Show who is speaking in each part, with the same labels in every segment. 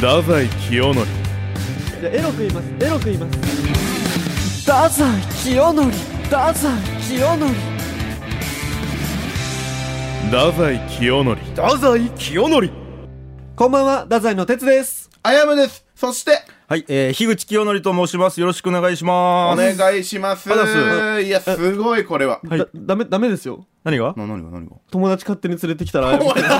Speaker 1: 太宰清則
Speaker 2: じゃあエロく言いますエロく言います
Speaker 3: 太宰清則太宰清則
Speaker 1: 太宰清則
Speaker 4: 太宰清則
Speaker 2: こんばんは太宰の哲です
Speaker 5: あやむです。そして、
Speaker 4: はい、えー、樋口清則と申します。よろしくお願いしま
Speaker 5: お
Speaker 4: す。
Speaker 5: 願いします。
Speaker 4: あざす
Speaker 5: いや、すごい、これは。
Speaker 4: はい
Speaker 2: だダメダメですよ
Speaker 4: 何が
Speaker 5: な、何が、何が。
Speaker 2: 友達勝手に連れてきたら
Speaker 5: おい、友達じゃ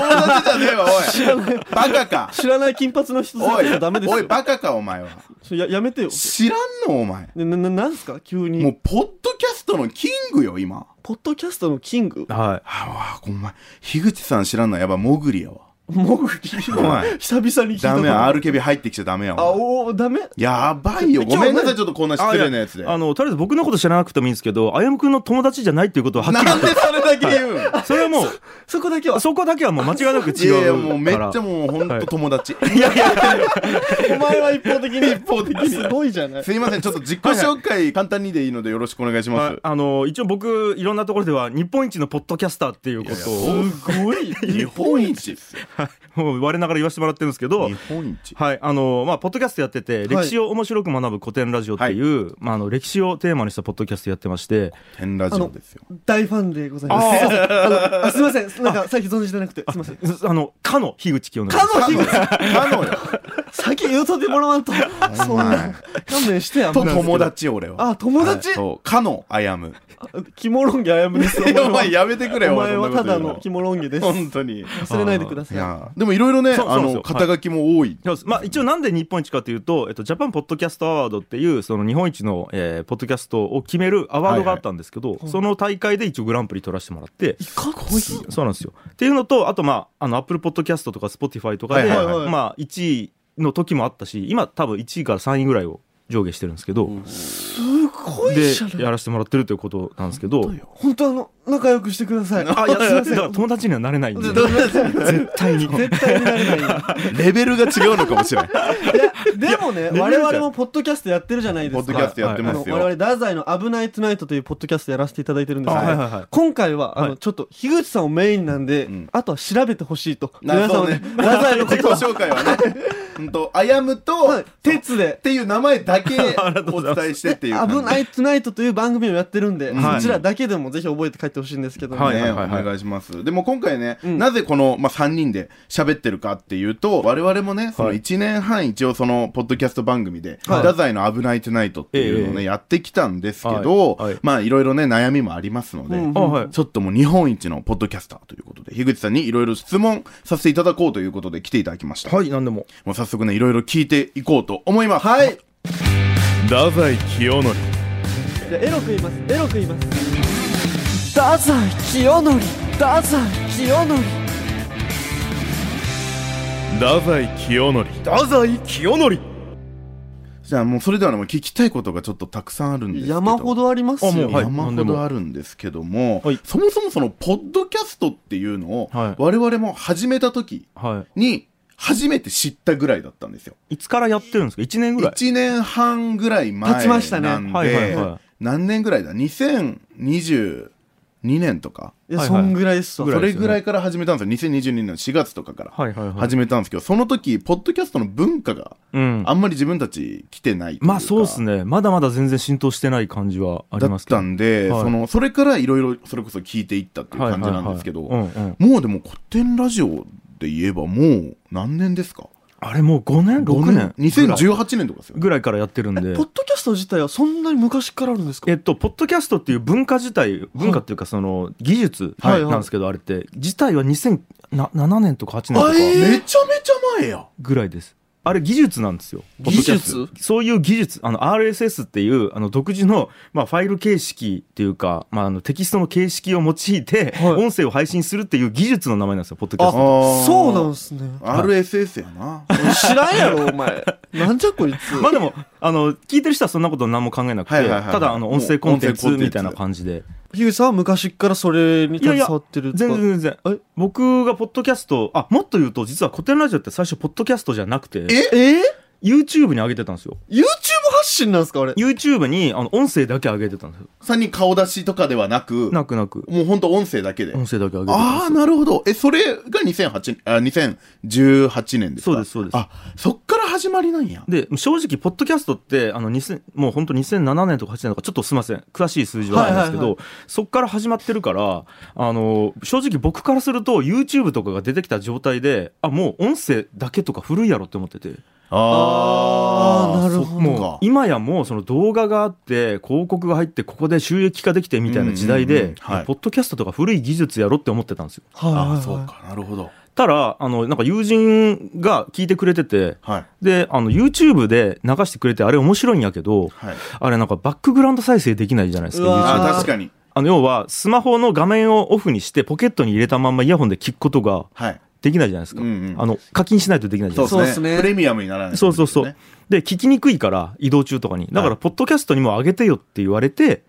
Speaker 5: ねえわ、おい。バカか。
Speaker 2: 知らない金髪の人連
Speaker 5: お
Speaker 2: れてき
Speaker 5: い
Speaker 2: たらダメ、です
Speaker 5: おい、
Speaker 2: よ
Speaker 5: バカか、お前は。
Speaker 2: ちょややめてよ
Speaker 5: 知らんの、お前。
Speaker 2: ねなななんすか急
Speaker 5: も
Speaker 2: に
Speaker 5: う、ポッドキャストのキングよ、今。
Speaker 2: ポッドキャストのキング
Speaker 4: は。
Speaker 5: あ、お前、樋口さん知らんのはやっぱ、モグリやわ。
Speaker 2: モグリ
Speaker 5: お前、
Speaker 2: 久々に聞いた
Speaker 5: ダメ、
Speaker 2: あ
Speaker 5: RKB 入ってきちゃダメやわ。
Speaker 2: おおダメ
Speaker 5: やばいよ。ごめんなさい、ちょっとこんない
Speaker 4: あ
Speaker 5: 失
Speaker 4: い
Speaker 5: 礼なやつで。
Speaker 4: あの、とりあえず僕のこと知らなくてもいいんですけど、あやむくんの友達じゃないっていうことははっきり
Speaker 5: なんで それだけ言うん
Speaker 4: 言それはも
Speaker 2: そこだけは
Speaker 4: う、そこだけ はもう間違いなく違う。
Speaker 5: いやいや、もうめっちゃ
Speaker 4: も
Speaker 5: もう、ほんと友達。
Speaker 4: いやいや、
Speaker 2: お前は一方的に一
Speaker 5: 方的に
Speaker 2: すごいじゃない
Speaker 5: すいません、ちょっと自己紹介簡単にでいいのでよろしくお願いします。
Speaker 4: あの、一応僕、いろんなところでは、日本一のポッドキャスターっていうことを、
Speaker 2: すごい
Speaker 5: 日本一ですよ。
Speaker 4: もう我ながら言わせてもらってるんですけど
Speaker 5: 日、本一。
Speaker 4: はい、あの、まあ、ポッドキャストやってて、歴史を面白く学ぶ古典ラジオっていう、まあ、あの、歴史をテーマにしたポッドキャストやってま して、
Speaker 5: 天ラジオですよ。
Speaker 2: 大ファンでございますあのあすいませんなんか最近存じてなくてすいません
Speaker 4: あの、かの樋口清則です。
Speaker 2: かの日
Speaker 5: かのよ。
Speaker 2: 先言うとでもらわんとそんな勘弁してや
Speaker 5: と
Speaker 2: もう
Speaker 5: 友達俺は。
Speaker 2: あ友達
Speaker 5: そう、かのあやむ。
Speaker 2: キモロンゲあやむですお
Speaker 5: お
Speaker 2: 前
Speaker 5: 前やめてくれよ、
Speaker 2: はお前は
Speaker 5: そんな
Speaker 2: た
Speaker 5: こと言
Speaker 2: だ
Speaker 5: う
Speaker 2: のキモロンゲです
Speaker 5: 本当に。い
Speaker 2: 忘れないでください
Speaker 5: や、でもいろいろね、
Speaker 4: そうそう
Speaker 5: あ
Speaker 4: なんですよ
Speaker 5: の、肩書きも多い。
Speaker 4: そうですまあ、一応なんで日本一かというと、えっと、ジャパンポッドキャストアワードっていうその日本一の、えーポッドキャストを決めるアワードがあったんですけど、その大会で一応グランプリ取らせてもらって。
Speaker 2: かっこいい
Speaker 4: そうなんですよっていうのとあとまああのアップルポッドキャストとかスポティファイとかで、
Speaker 5: はい
Speaker 2: はいはい
Speaker 4: まあ、1位の時もあったし今多分1位から3位ぐらいを上下してるんですけど、
Speaker 2: すごいじゃ
Speaker 4: で
Speaker 2: ない
Speaker 4: やらせてもらってるということなんですけど
Speaker 2: 本当あの仲良くしてください
Speaker 4: あいや
Speaker 2: すいません
Speaker 4: だから友達にはなれないんで 絶対に
Speaker 2: 絶対になれないよ
Speaker 5: レベルが違うのかもしれない。
Speaker 2: いや でもね
Speaker 4: いや
Speaker 2: 我々もポッドキャストやってるじゃないで
Speaker 5: ポッ
Speaker 2: す
Speaker 5: ド
Speaker 2: か
Speaker 5: キャストやって
Speaker 2: あ
Speaker 5: ま
Speaker 2: の
Speaker 5: す
Speaker 2: 我
Speaker 5: よ。
Speaker 2: 々太宰の「危ないトゥナイト」というポッドキャストやらせていただいてるんです
Speaker 4: あ
Speaker 2: け
Speaker 4: はい
Speaker 2: ど
Speaker 4: はいはい
Speaker 2: 今回はあ
Speaker 4: は
Speaker 2: のちょっと樋口さんをメインなんで
Speaker 5: ん
Speaker 2: あとは調べてほしいと
Speaker 5: な
Speaker 2: 皆さん
Speaker 5: そう
Speaker 2: も
Speaker 5: ね
Speaker 2: ね。太 宰のこ
Speaker 5: 自己
Speaker 2: とは
Speaker 5: 紹介はね。本当あやむと、
Speaker 2: はい鉄
Speaker 5: っ
Speaker 2: で
Speaker 5: ていう名前だけお伝えしてっ
Speaker 2: 危
Speaker 5: ていう
Speaker 2: な
Speaker 5: 感じ。
Speaker 2: いトゥナイトという番組をやってるんで
Speaker 5: は
Speaker 2: そ
Speaker 5: い
Speaker 2: ちらだけでもぜひ覚えて帰ってほしいんですけど
Speaker 4: はい
Speaker 2: ね
Speaker 5: ね、
Speaker 4: は
Speaker 5: お
Speaker 4: いはい
Speaker 5: 願いします。でも今回ね、
Speaker 2: ん
Speaker 5: なぜこの、まあ、3人で喋ってるかっていうと、我々もね、その
Speaker 4: はい
Speaker 5: 1年半一応その、ポッドキャスト番組で、
Speaker 2: はい
Speaker 5: 太宰の危ないトゥナイトっていうのをね、
Speaker 4: え
Speaker 5: やってきたんですけど、
Speaker 4: はいはい
Speaker 5: まあ、いろいろね、悩みもありますので、
Speaker 2: うん
Speaker 4: あはい
Speaker 5: ちょっともう日本一のポッドキャスターということで、樋口さんにいろいろ質問させていただこうということで来ていただきました。
Speaker 4: はい何でも
Speaker 5: もう早速ね、いろいろ聞いていこうと思います。
Speaker 2: はい
Speaker 1: 太宰清則
Speaker 2: じゃあエロく言いますエロく言います
Speaker 3: 太宰清則太宰清則
Speaker 1: 太宰清則
Speaker 4: 太宰清則
Speaker 5: じゃあもうそれではね、もう聞きたいことがちょっとたくさんあるんですけど。
Speaker 2: 山ほどあります
Speaker 4: あ
Speaker 2: よ
Speaker 4: もうはい
Speaker 5: 山ほ
Speaker 4: 何で
Speaker 5: ど
Speaker 4: も
Speaker 5: あるんですけども、
Speaker 4: はい
Speaker 5: そもそもそのポッドキャストっていうのを、
Speaker 4: はい
Speaker 5: 我々も始めた時
Speaker 4: は
Speaker 5: に初めて知ったぐらいだったんですよ。
Speaker 4: いいつからやってるんですか1年ぐらい
Speaker 5: 1年半ぐらい前なん
Speaker 2: 経
Speaker 5: で、
Speaker 2: ちましたね
Speaker 4: はいはいは
Speaker 5: 何年ぐらいだ ?2022 年とか、
Speaker 2: いや
Speaker 4: はい
Speaker 2: そ
Speaker 4: はい
Speaker 2: んぐらいっすわ
Speaker 4: ぐら
Speaker 5: そ
Speaker 4: いで
Speaker 5: れ
Speaker 4: すよね
Speaker 5: ぐらいから始めたんですよ。2022年の4月とかから。
Speaker 4: はいはいはい
Speaker 5: 始めたんですけど、その時、ポッドキャストの文化が
Speaker 4: うん
Speaker 5: あんまり自分たち来てないというか
Speaker 4: まあそうですね。まだまだ全然浸透してない感じはあり
Speaker 5: だ
Speaker 4: ま
Speaker 5: っ
Speaker 4: すけど。
Speaker 5: たんで、
Speaker 4: はい
Speaker 5: その、それからいろいろそれこそ聞いていったっていう感じなんですけど、
Speaker 4: はいはいはいうんうん
Speaker 5: もうでも古典ラジオで言えばもう何年ですか
Speaker 4: あれもう5年 ?6 年
Speaker 5: 2018年とかですよね
Speaker 4: ぐらいからやってるんで
Speaker 2: ポッ。ドキャスト自体はそんなに昔からあるんですか
Speaker 4: えっと、ポッドキャストっていう文化自体、文化っていうかその技術
Speaker 2: はい
Speaker 4: なんですけど、あれって、自体は2007年とか8年とか
Speaker 5: あめちゃめちゃ前や
Speaker 4: ぐらいです。あれ技術なんですよ。ポッドキャスト
Speaker 2: 技
Speaker 4: そういう技術、あの RSS っていう、あの独自の、まあファイル形式っていうか、まああのテキストの形式を用いて、
Speaker 2: はい
Speaker 4: 音声を配信するっていう技術の名前なんですよ、ポッドキャスト。
Speaker 2: そうなんんすね
Speaker 5: RSS やな
Speaker 2: 知らんやろお前なんじゃこいつ
Speaker 4: まあでも、あの、聞いてる人はそんなこと何も考えなくて、
Speaker 5: はいはいはいはい
Speaker 4: ただ、あの、音声コンテンツ
Speaker 5: もう音声コンテンツ
Speaker 4: みたいな感じで。
Speaker 2: 樋口さんは昔からそれに携わってるとか
Speaker 4: 全然全然
Speaker 2: え。
Speaker 4: 僕がポッドキャスト、あ、もっと言うと、実は古典ラジオって最初、ポッドキャストじゃなくて、
Speaker 2: ええ
Speaker 4: YouTube に上げてたんですよ。
Speaker 2: YouTube 発信なんですかあれ
Speaker 4: YouTube に、あの、音声だけ上げてたんですよ。
Speaker 5: 3人顔出しとかではなく
Speaker 4: なくなく。
Speaker 5: もうほんと音声だけで、
Speaker 4: 音声だけ上げてたんです
Speaker 5: ああなるほどえそれが2008あ2018年です
Speaker 4: そ
Speaker 5: か
Speaker 4: うですそうです
Speaker 5: あそっか始まりなんや。
Speaker 4: で、正直、ポッドキャストって、あの、2000もう本当2007年とか8年とか、ちょっとすみません。詳しい数字はないんですけど、
Speaker 2: はいはい
Speaker 4: そっから始まってるから、あの、正直僕からすると、YouTube とかが出てきた状態で、あ、もう音声だけとか古いやろって思ってて。
Speaker 5: あ
Speaker 2: あーなるほど
Speaker 5: そっ
Speaker 4: もう、今やもうその動画があって、広告が入って、ここで収益化できてみたいな時代
Speaker 5: うんうんう
Speaker 4: で
Speaker 5: ん、はい
Speaker 4: ポッドキャストとか古い技術やろって思ってたんですよ。
Speaker 2: はいはい
Speaker 5: あ
Speaker 2: は
Speaker 5: あ
Speaker 2: い
Speaker 5: そうかなるほど
Speaker 4: ただ、あの、なんか友人が聞いてくれてて、
Speaker 5: はい
Speaker 4: で、あの、YouTube で流してくれて、あれ面白いんやけど、
Speaker 5: はい
Speaker 4: あれなんかバックグラウンド再生できないじゃないですか、
Speaker 2: うわー
Speaker 5: あ
Speaker 4: YouTube
Speaker 5: ー確かに
Speaker 4: あの、要は、スマホの画面をオフにして、ポケットに入れたまんまイヤホンで聞くことが
Speaker 5: はい
Speaker 4: できないじゃないですか。
Speaker 5: うんうん
Speaker 4: あの、課金しないとできないじゃない
Speaker 5: そ
Speaker 4: で
Speaker 5: う
Speaker 4: すか。
Speaker 2: そう
Speaker 5: で
Speaker 2: っす
Speaker 5: すね
Speaker 2: ね
Speaker 5: プレミアムにならない
Speaker 4: そうそうそう。で、聞きにくいから、移動中とかに。だか
Speaker 5: は
Speaker 4: ら、ポッドキャストにも上げてよって言われて、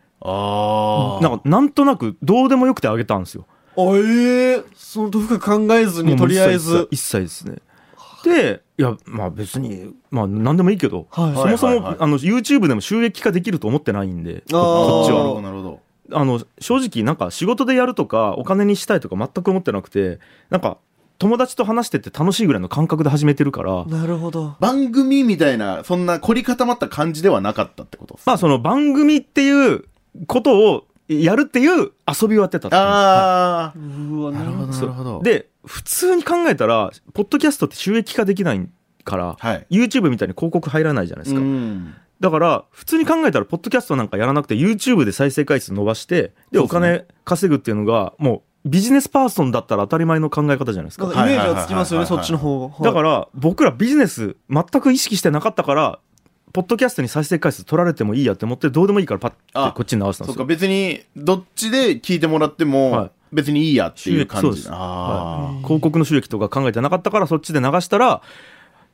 Speaker 5: あ
Speaker 4: なんか、なんとなく、どうでもよくて上げたんですよ。
Speaker 2: あええそのと深く考えず
Speaker 4: も
Speaker 2: に
Speaker 4: う
Speaker 2: とりあえ
Speaker 4: もう
Speaker 2: ず
Speaker 4: 一切一切ですね。で、いや、まあ別に、まあ何でもいいけど、
Speaker 2: はい
Speaker 4: そもそも、
Speaker 5: はいはいはい
Speaker 4: あの、YouTube でも収益化できると思ってないんで、
Speaker 2: あー
Speaker 4: こっち
Speaker 5: なる
Speaker 4: は。
Speaker 5: ほどなるほど
Speaker 4: あの、正直なんか仕事でやるとか、お金にしたいとか全く思ってなくて、なんか、友達と話してて楽しいぐらいの感覚で始めてるから、
Speaker 2: なるほど
Speaker 5: 番組みたいなそんな凝り固まった感じではなかったってことっす
Speaker 4: まあその番組っていうことをやるっていう遊びをやってたって感じ
Speaker 5: あ
Speaker 2: うーわ
Speaker 5: あ
Speaker 2: な
Speaker 5: な
Speaker 2: る
Speaker 5: る
Speaker 2: ほど
Speaker 5: ほどなるほど
Speaker 4: で、普通に考えたら、ポッドキャストって収益化できないから、
Speaker 5: はい
Speaker 4: YouTube みたいに広告入らないじゃないですか。
Speaker 5: ん
Speaker 4: だから、普通に考えたら、ポッドキャストなんかやらなくて、YouTube で再生回数伸ばして、で、
Speaker 5: そう
Speaker 4: お
Speaker 5: ですね
Speaker 4: 金稼ぐっていうのが、もう、ビジネスパーソンだったら当たり前の考え方じゃないです
Speaker 2: なん
Speaker 4: か。
Speaker 2: かイメージはつきますよね
Speaker 5: はいはいはいは
Speaker 2: そっ
Speaker 5: い
Speaker 2: ちの方が
Speaker 4: だからら、僕らビジネス全く意識してなかったから、ポッドキャストに再生回数取られてもいいやって思って、どうでもいいからパッ
Speaker 5: あ
Speaker 4: てこっちに直したん
Speaker 5: そ
Speaker 4: で
Speaker 5: っ
Speaker 4: す
Speaker 5: か
Speaker 4: よ。
Speaker 5: 別にどっちで聞いてもらって
Speaker 4: は
Speaker 5: も
Speaker 4: い
Speaker 5: 別にいいやっていう感
Speaker 4: そうで
Speaker 5: じ
Speaker 4: す
Speaker 5: あー
Speaker 4: 広告の収益とか考えてなかったから、そっちで流したら、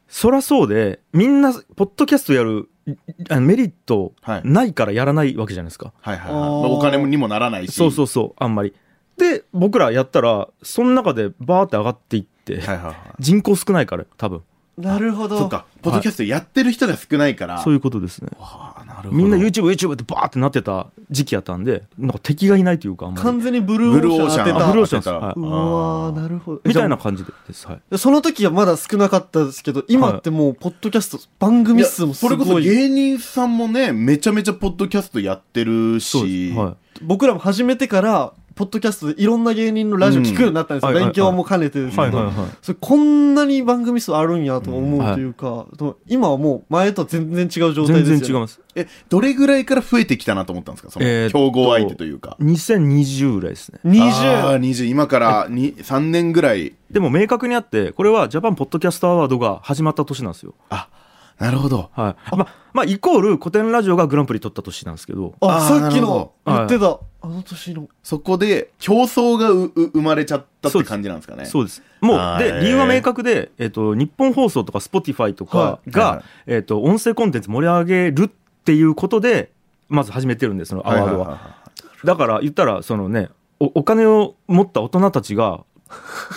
Speaker 4: そらそうで、みんな、ポッドキャストやるいあメリット
Speaker 5: はい
Speaker 4: ないからやらないわけじゃないですか。
Speaker 5: はいはいはい
Speaker 2: あー
Speaker 5: まあお金にもならないし
Speaker 4: そうそうそう、あんまり。で、僕らやったら、その中でバーって上がっていって、
Speaker 5: はいはいはい
Speaker 4: 人口少ないから、多分。
Speaker 2: なるほど
Speaker 5: そっかポッドキャストやってる人が少ないから
Speaker 4: そういうことですね。
Speaker 5: あーなるほど
Speaker 4: みんな YouTube、YouTube ってバーってなってた時期やったんで、なんか敵がいないというか、あんまり。
Speaker 2: 完全にブル
Speaker 5: ブル
Speaker 2: ーオ
Speaker 5: ーオー
Speaker 2: ー
Speaker 5: シ
Speaker 2: シ
Speaker 5: ャ
Speaker 2: ャ
Speaker 5: ン
Speaker 2: ン当て
Speaker 4: あブ
Speaker 2: た
Speaker 4: ルーオーシャンです
Speaker 5: 当
Speaker 2: う
Speaker 5: てたあ
Speaker 2: わー
Speaker 5: ー
Speaker 2: なるほど
Speaker 4: みたい
Speaker 2: じ
Speaker 4: な
Speaker 2: ゃ
Speaker 4: 感じです。はい。
Speaker 2: あその時はまだ少なかったですけど今ってもうポッドキャスト番
Speaker 5: い
Speaker 2: 組
Speaker 5: や
Speaker 2: 数もす
Speaker 5: そ
Speaker 2: ご
Speaker 5: れ
Speaker 2: い
Speaker 5: こそ芸人さんもねめちゃめちゃポッドキャストやってる
Speaker 4: そう
Speaker 5: し
Speaker 4: です。は
Speaker 2: 僕らも始めてからポッドキャストでいろんな芸人のラジオ聞くようになったんですよ、
Speaker 4: うんはいはいはい
Speaker 2: 勉強も兼ねてで
Speaker 4: い。
Speaker 2: すけど、
Speaker 4: はいはいはい。
Speaker 2: それこんなに番組数あるんやと思
Speaker 4: うんは
Speaker 2: う
Speaker 4: い
Speaker 2: というか、でも今はもう前とは全然違う状態
Speaker 4: 全
Speaker 2: です
Speaker 4: 然
Speaker 2: よ、ね、
Speaker 4: 違います。
Speaker 5: えどれぐらいから増えてきたなと思ったんですかそ
Speaker 4: えー
Speaker 5: の
Speaker 4: っと
Speaker 5: 競合相手というか、
Speaker 4: 2020ぐらいですね。
Speaker 5: あ
Speaker 2: 20
Speaker 5: ー20今からに3年ぐらい
Speaker 4: でも明確にあって、これはジャパンポッドキャストアワードが始まった年なんですよ。
Speaker 5: あなるほど
Speaker 4: はい。ま、まあ、イコール古典ラジオがグランプリ取った年なんですけど、
Speaker 2: あ
Speaker 5: あー
Speaker 2: さっきの
Speaker 4: なる
Speaker 2: 言
Speaker 4: ほど
Speaker 2: ってた、あの年の
Speaker 5: そこで競争がうう生まれちゃったって感じなんですかね
Speaker 4: そうです。も
Speaker 5: あ
Speaker 4: う、
Speaker 5: ー
Speaker 4: で、理由は明確で、えっ、と、日本放送とか Spotify とか
Speaker 2: はい
Speaker 4: が、
Speaker 5: はいはい
Speaker 4: えっ、と、音声コンテンツ盛り上げるっていうことで、まず始めてるんです、そのアワードは。
Speaker 5: いいいい
Speaker 4: だから、言ったら、そのねお、お金を持った大人たち が、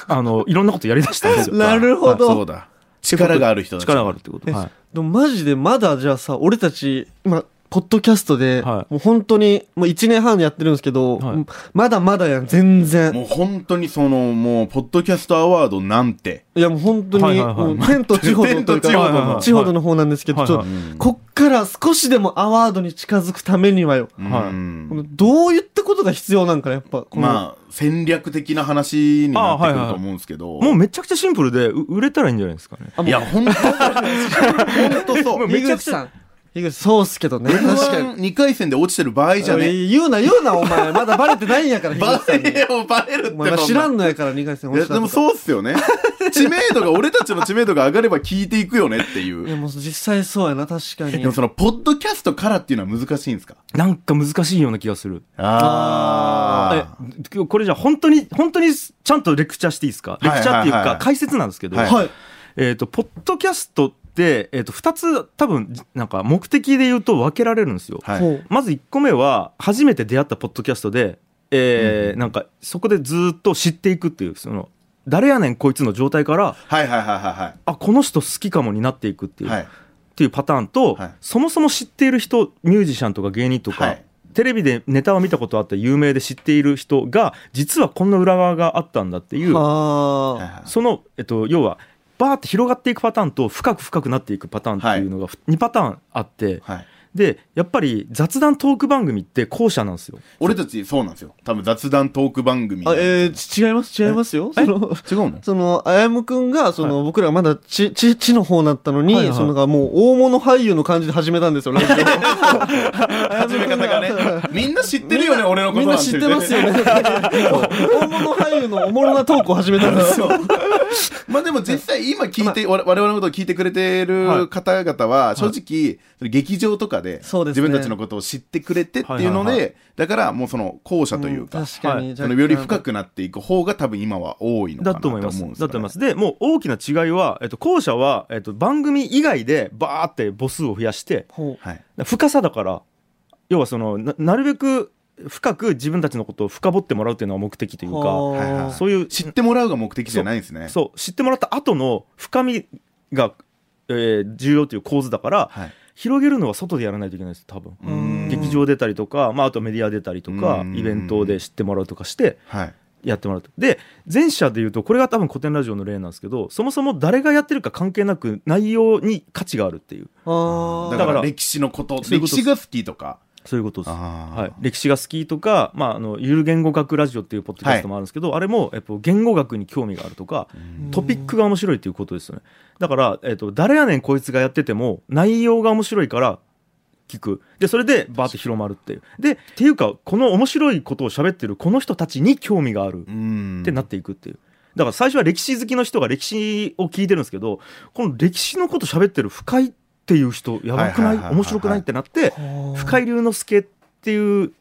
Speaker 4: あの、いろんなことやりだしたんですよ。
Speaker 2: なるほ
Speaker 5: あ
Speaker 2: ど、
Speaker 5: そうだ力がある人たち
Speaker 4: 力があるってこと。
Speaker 2: え
Speaker 4: はい。
Speaker 2: でもマジでまだじゃあさ俺たち今ポッドキャストで、
Speaker 4: はい
Speaker 2: もう本当にもう1年半やってるんですけど、
Speaker 4: はい
Speaker 2: まだまだやん全然
Speaker 5: もう本当にそのもうポッドキャストアワードなんて
Speaker 2: いやもう本当に、
Speaker 4: はいはいはい
Speaker 2: もう天と地ほどというか
Speaker 5: 天と地
Speaker 4: ほどの
Speaker 2: 地ほどの方なんですけど、
Speaker 4: はい
Speaker 2: ちょ
Speaker 4: はい
Speaker 2: こっから少しでもアワードに近づくためにはよ、
Speaker 4: はい
Speaker 5: うん
Speaker 2: このどういったことが必要なんかなやっぱこの、
Speaker 5: まあ戦略的な話に
Speaker 4: あ
Speaker 5: なって
Speaker 4: ー
Speaker 5: く
Speaker 4: はい
Speaker 5: る
Speaker 4: はい
Speaker 5: と思うんですけど
Speaker 4: もうめちゃくちゃシンプルで、う売れたらいいんじゃないですかね。
Speaker 2: あもう
Speaker 5: いや本当本当そう
Speaker 2: 樋口さん樋口そうっすけどね
Speaker 5: M1
Speaker 2: 確かに
Speaker 5: 二回戦で落ちてる場合じゃねえ。
Speaker 2: 言うな言うなお前まだバレてないんやから樋
Speaker 5: バ
Speaker 2: 口さんに
Speaker 5: レよ、バレるって
Speaker 2: お前は知ら
Speaker 5: ん
Speaker 2: んのやから2回戦
Speaker 5: いやでも
Speaker 2: う
Speaker 5: そうっすよね。知名度が、俺たちの知名度が上がれば聞いていくよねってい
Speaker 2: いや
Speaker 5: う。
Speaker 2: もう実際そうやな確かに
Speaker 5: でもその、ポッドキャストからっていうのは難しいんですか
Speaker 4: なんか難しいような気がする。
Speaker 5: ああ。
Speaker 4: えこれじゃあ本当に、本当にちゃんとレクチャーしていいですかレクチャーっていう
Speaker 5: はいはい
Speaker 4: か
Speaker 5: はい
Speaker 4: 解説なんですけど、
Speaker 5: はい
Speaker 2: はい
Speaker 4: えっ、と、ポッドキャストって、えっ、と、二つ多分、なんか目的で言うと分けられるんですよ。
Speaker 5: はい
Speaker 2: ほう
Speaker 4: まず1個目は、初めて出会ったポッドキャストで、えーなんかそこでずっと知っていくっていう、その、誰やねんこいつの状態から、
Speaker 5: はいはいはいは
Speaker 4: あ、この人好きかもになっていくって
Speaker 5: い
Speaker 4: いう、
Speaker 5: はい。は
Speaker 4: っ
Speaker 5: い。
Speaker 4: ていうパターンと、
Speaker 5: はい
Speaker 4: そもそも知っている人、ミュージシャンとか芸人とか、
Speaker 5: はい
Speaker 4: テレビでネタを見たことあって有名で知っている人が、実はこんな裏側があったんだっていう、
Speaker 2: あ
Speaker 5: はい
Speaker 2: ー
Speaker 5: はい
Speaker 4: その、えっと、要は、バーって広がっていくパターンと深く深くなっていくパターンっていうのが2パターンあって、
Speaker 5: はい。
Speaker 4: でやっぱり雑談トーク番組って後者なんですよ
Speaker 5: 俺たち、そうなんですよ。多分雑談トーク番組。
Speaker 2: あえー、違います違いますよその
Speaker 5: 違うの
Speaker 2: そのあやむくんがその、僕らまだちちちの方だったのに、
Speaker 4: はいはい
Speaker 2: そのがもう大物俳優の感じで始めたん ですよラジオ
Speaker 5: 始め方がね。 みんな知ってるよね、俺のこと
Speaker 2: みんな知ってますよね大物俳優のおもろなトークを始めたんですよ
Speaker 5: まあでも実際今聞いて、我々のことを聞いてくれてる方々は、正直、それ劇場とかで、
Speaker 2: そうです
Speaker 5: 自
Speaker 2: ね
Speaker 5: 分たちのことを知ってくれてっていうの
Speaker 4: はいはい
Speaker 5: で、だからもうその後者というか、
Speaker 2: 確かに、
Speaker 5: そのより深
Speaker 2: く
Speaker 5: くなっていく方が多分今は多いのか
Speaker 4: だ
Speaker 5: な
Speaker 4: と
Speaker 5: と
Speaker 4: 思
Speaker 5: 思う
Speaker 4: い
Speaker 5: ん
Speaker 4: ま
Speaker 5: です
Speaker 4: す
Speaker 5: よね。
Speaker 4: だと思いますでもう大きな違いは、えっと、後者は、えっと、番組以外でバーって母数を増やして
Speaker 2: ほ
Speaker 5: はい。
Speaker 4: 深さだから要はそのななるべく深く自分たちのことを深掘ってもらうっていうのが目的というか
Speaker 5: はいはいは
Speaker 2: はい
Speaker 4: そういう
Speaker 5: 知ってもらうが目的じゃないんですね。
Speaker 4: そう知ってもらった後の深みが、えー重要という構図だから、
Speaker 5: はい
Speaker 4: 広げるのは外でやらないといけないです多分、
Speaker 5: うーん
Speaker 4: 劇場出たりとか、まあ、あとメディア出たりとか
Speaker 5: うん
Speaker 4: イベントで知ってもらうとかして
Speaker 5: はい。
Speaker 4: やってもらうとで前者でいうとこれが多分古典ラジオの例なんですけどそもそも誰がやってるか関係なく内容に価値があるっていう
Speaker 2: あー
Speaker 5: だか
Speaker 4: だから
Speaker 5: ら歴史のこと、
Speaker 4: そういう
Speaker 5: 歴
Speaker 4: こと
Speaker 5: 史が好きとか。
Speaker 4: そういうことです。は、
Speaker 5: はい
Speaker 4: 歴史が好きとか、まあ、あのゆる言語学ラジオっていうポッドキャストもあるんですけど、あれも、えっと、言語学に興味があるとかトピックが面白いっていうことですよねだから、えっと、誰やねんこいつがやってても内容が面白いから聞くでそれでバーって広まるっていうでっていうかこの面白いことを喋ってるこの人たちに興味がある
Speaker 5: うーん。
Speaker 4: ってなっていくっていう。だから最初は歴史好きの人が歴史を聞いてるんですけどこの歴史のこと喋ってる深井っていう人やばく
Speaker 5: は
Speaker 4: ないい
Speaker 5: はいはいはいはい
Speaker 4: 面白くないってなって深井龍之介っていう